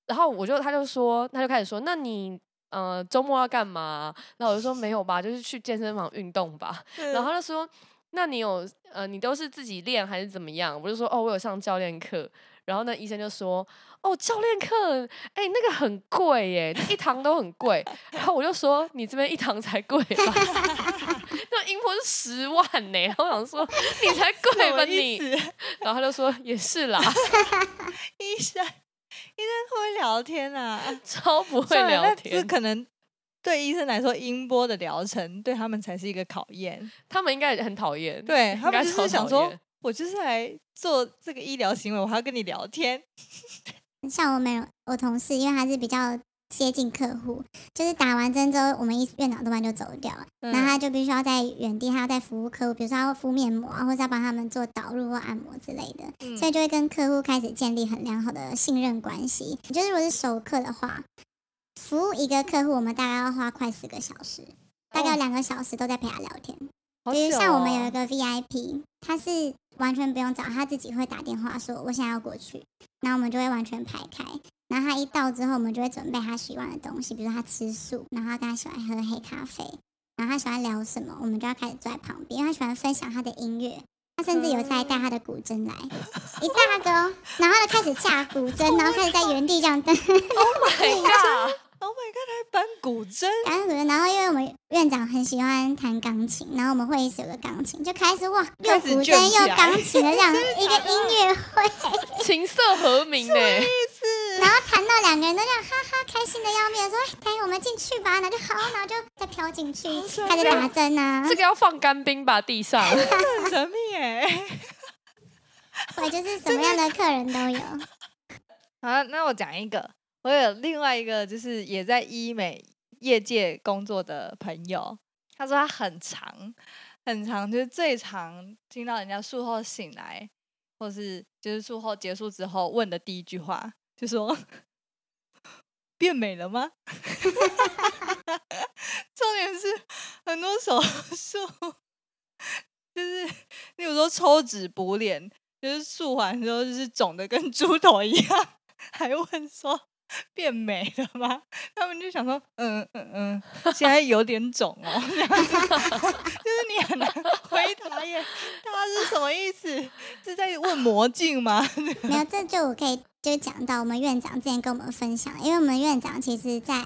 S2: 然后我就他就说他就开始说，那你。呃，周末要干嘛？然后我就说没有吧，就是去健身房运动吧。
S3: 嗯
S2: 然后他就说：“那你有呃，你都是自己练还是怎么样？”我就说：“哦，我有上教练课。”然后那医生就说：“哦，教练课，哎、那个很贵耶，那一堂都很贵。”然后我就说：“你这边一堂才贵吧？” 那音波是十万呢。然后我想说：“你才贵吧
S3: 什么意
S2: 你
S3: 思？？”
S2: 然后他就说：“也是啦，
S3: 医生，医生会聊天啊？
S2: 超不会
S3: 算了
S2: 聊
S3: 那这
S2: 天。
S3: 可能对医生来说，音波的疗程对他们才是一个考验。
S2: 他们应该也很讨厌。”
S3: 对
S2: 嗯
S3: 他
S2: 应
S3: 们
S2: 该
S3: 就是
S2: 超
S3: 想
S2: 讨
S3: 说
S2: 厌，
S3: 我就是来做这个医疗行为，我还要跟你聊天。
S4: 像我们我同事，因为他是比较接近客户，就是打完针之后，我们医院长多半就走掉了，
S3: 嗯
S4: 然后他就必须要在原地，他要在服务客户，比如说他要敷面膜啊，或者要帮他们做导入或按摩之类的，
S3: 嗯
S4: 所以就会跟客户开始建立很良好的信任关系。就是如果是熟客的话，服务一个客户，我们大概要花快四个小时。大
S3: 哦
S4: 概有两个小时都在陪他聊天。
S3: 好
S4: 就是
S3: 久
S4: 像我
S3: 哦
S4: 们有一个 VIP，他是完全不用找，他自己会打电话说我想要过去，然后我们就会完全排开。然后他一到之后，我们就会准备他喜欢的东西，比如说他吃素，然后他跟他喜欢喝黑咖啡，然后他喜欢聊什么，我们就要开始坐在旁边，因为他喜欢分享他的音乐。他甚至有一次还带他的古筝来，一大个哦，然后他就开始架 古筝，然后开始在原地这样蹬，
S2: Oh my god！
S3: Oh my god，他还搬古筝，
S4: 然后啊然后因为我们院长很喜欢弹钢琴，然后我们会议室有个钢琴，就开始哇，又
S3: 开始
S4: 古
S3: 卷
S4: 筝
S3: 起
S4: 又
S3: 来
S4: 钢琴的 这样一个音乐会，
S2: 琴瑟和鸣呢、
S4: 然后弹到两个人都这样哈哈开心的要命，说哎，带我们进去吧，然后就好，然后就再飘进去，开始打针啊，
S2: 这个要放干冰吧，地上。
S3: 很 神秘哎。
S4: 对，就是什么样的客人都有，
S3: 好了，那我讲一个，我有另外一个就是也在医美业界工作的朋友，他说他很长很长，就是最常听到人家术后醒来，或是就是术后结束之后问的第一句话，就说 变美了吗？重点是很多手术就是，例如说抽脂补脸，就是术完之后就是肿的跟猪头一样，还问说变美了吗？他们就想说，嗯嗯嗯， 现在有点肿哦，这样子 就是你很难回答耶，他是什么意思？是在问魔镜吗？
S4: 没有这就我可以就讲到我们院长之前跟我们分享，因为我们院长其实在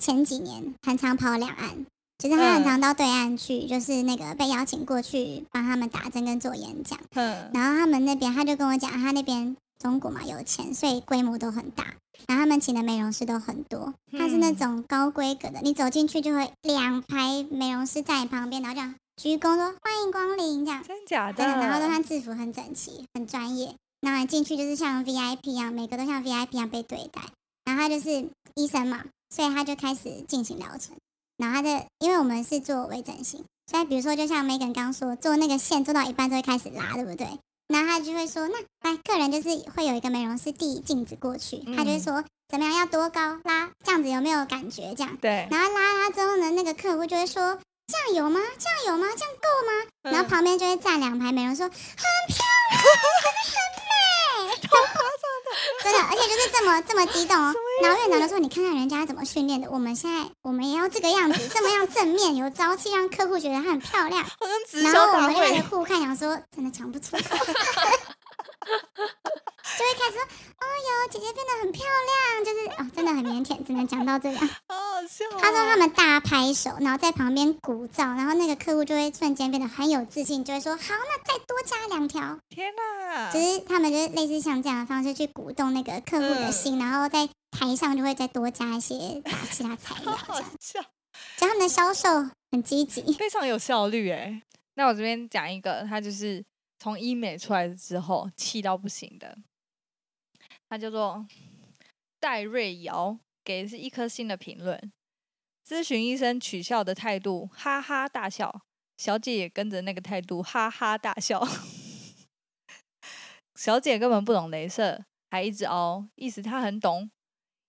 S4: 前几年很常跑两岸。就是他很
S3: 嗯
S4: 常到对岸去，就是那个被邀请过去帮他们打针跟做演讲。
S3: 嗯，
S4: 然后他们那边他就跟我讲，他那边中国嘛有钱，所以规模都很大。然后他们请的美容师都很多，他是那
S3: 嗯
S4: 种高规格的，你走进去就会两排美容师在你旁边，然后这样鞠躬说欢迎光临这样，
S3: 真假的？
S4: 真的，然后都穿制服很整齐，很专业。然后你进去就是像 VIP 一样，每个都像 VIP 一样被对待。然后他就是医生嘛，所以他就开始进行疗程。然后他的，因为我们是做微整形，所以比如说就像 Megan 刚说，做那个线做到一半就会开始拉，对不对？然后他就会说，那来客人就是会有一个美容师递镜子过去，他就会
S3: 嗯
S4: 说怎么样要多高拉，这样子有没有感觉这样？
S3: 对，
S4: 然后拉拉之后呢，那个客户就会说这样有吗？这样有吗？这样够吗？
S3: 嗯
S4: 然后旁边就会站两排美容说很漂亮，真的很美，真的，而且就是这么这么激动哦。然后院长就说：“你看看人家怎么训练的，我们现在我们也要这个样子，这么样正面有朝气，让客户觉得她很漂亮。
S3: 好像”直
S4: 然
S3: 销
S4: 后我
S3: 大
S4: 们就开
S3: 会
S4: 始，互看，想说真的讲不出 口，就会开始说：“哦哟，姐姐变得很漂亮。”就是哦，真的很腼腆，只能讲到这样。
S3: 好好笑哦。
S4: 他说他们大拍手，然后在旁边鼓噪，然后那个客户就会瞬间变得很有自信，就会说好，那再多加两条。
S3: 天哪，
S4: 就是他们就是类似像这样的方式去鼓动那个客户的心，然后在台上就会再多加一些打其他材
S3: 好
S4: 料，这
S3: 好
S4: 样，
S3: 笑。
S4: 就他们的销售很积极。
S3: 非常有效率哎。那我这边讲一个，他就是从医美出来之后气到不行的，他叫做戴瑞瑶，给的是一颗星的评论。咨询医生取笑的态度，哈哈大笑，小姐也跟着那个态度哈哈大笑。 小姐根本不懂镭射，还一直凹，意思她很懂。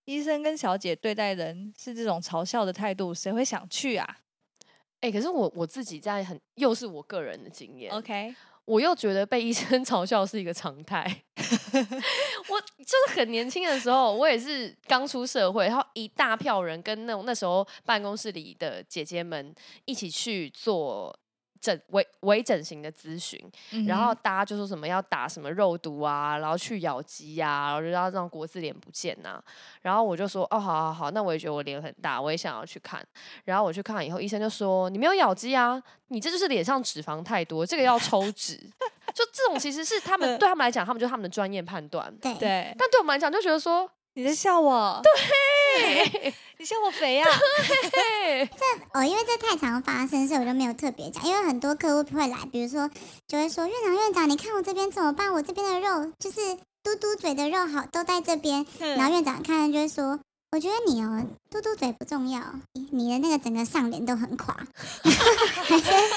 S3: 医生跟小姐对待人是这种嘲笑的态度，谁会想去啊
S2: 哎、可是我我自己在很又是我个人的经验
S3: ？OK，
S2: 我又觉得被医生嘲笑是一个常态。 我就是很年轻的时候，我也是刚出社会，然后一大票人跟那种那时候办公室里的姐姐们一起去做整微微整形的咨询，
S3: 嗯
S2: 然
S3: 哼
S2: 后大家就说什么要打什么肉毒啊，然后去咬肌啊，然后就要让国字脸不见呐、然后我就说哦，好好好，那我也觉得我脸很大，我也想要去看。然后我去看以后，医生就说你没有咬肌啊，你这就是脸上脂肪太多，这个要抽脂。 就这种其实是他们
S3: 嗯
S2: 对他们来讲，他们就是他们的专业判断。
S4: 对，
S3: 对，
S2: 但对我们来讲，就觉得说，
S3: 你在笑我，对， 你笑我肥啊，
S2: 嘿，
S4: 哦，因为这太常发生，所以我就没有特别讲。因为很多客户会来，比如说就会说院长院长，你看我这边怎么办？我这边的肉就是嘟嘟嘴的肉好都在这边，
S3: 嗯
S4: 然后院长看了就会说：“我觉得你哦，嘟嘟嘴不重要，你的那个整个上脸都很垮。”还是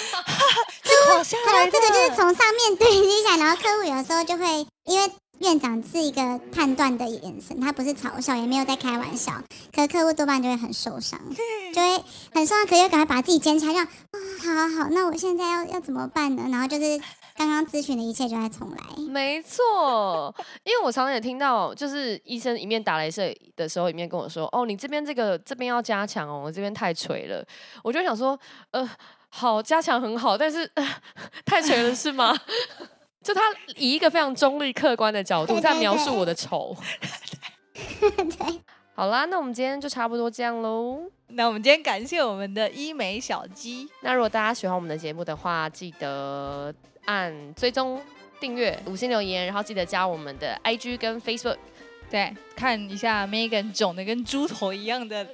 S3: 跑下
S4: 他
S3: 来
S4: 说
S3: 的，嗯
S4: 这个就是从上面堆积起来，然后客户有时候就会因为院长是一个判断的眼神，他不是嘲笑，也没有在开玩笑，可客户多半就会很受伤，就会很受伤，可又赶快把自己捡起来，让啊、好好好，那我现在要要怎么办呢？然后就是刚刚咨询的一切就在重来，
S2: 没错，因为我常常也听到，就是医生一面打雷射的时候，一面跟我说：“哦，你这边这个这边要加强哦，我这边太垂了。”我就想说，呃，好，加强很好，但是、 呃、太垂了是吗？ 就他以一个非常中立客观的角度
S4: 对
S2: 在
S4: 对
S2: 描
S4: 对
S2: 述我的丑。
S4: 对。
S2: 好啦，那我们今天就差不多这样喽。
S3: 那我们今天感谢我们的医美小鸡，
S2: 那如果大家喜欢我们的节目的话，记得按追踪、订阅、五星留言，然后记得加我们的 IG 跟 Facebook
S3: 对，看一下 Megan 肿的跟猪头一样的，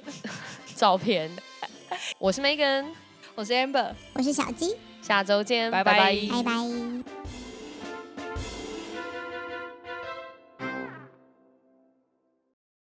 S2: 照片。 我是 Megan，
S3: 我是 Amber，
S4: 我是小鸡，
S2: 下周见，
S3: 拜
S2: 拜
S3: 拜
S4: 拜拜。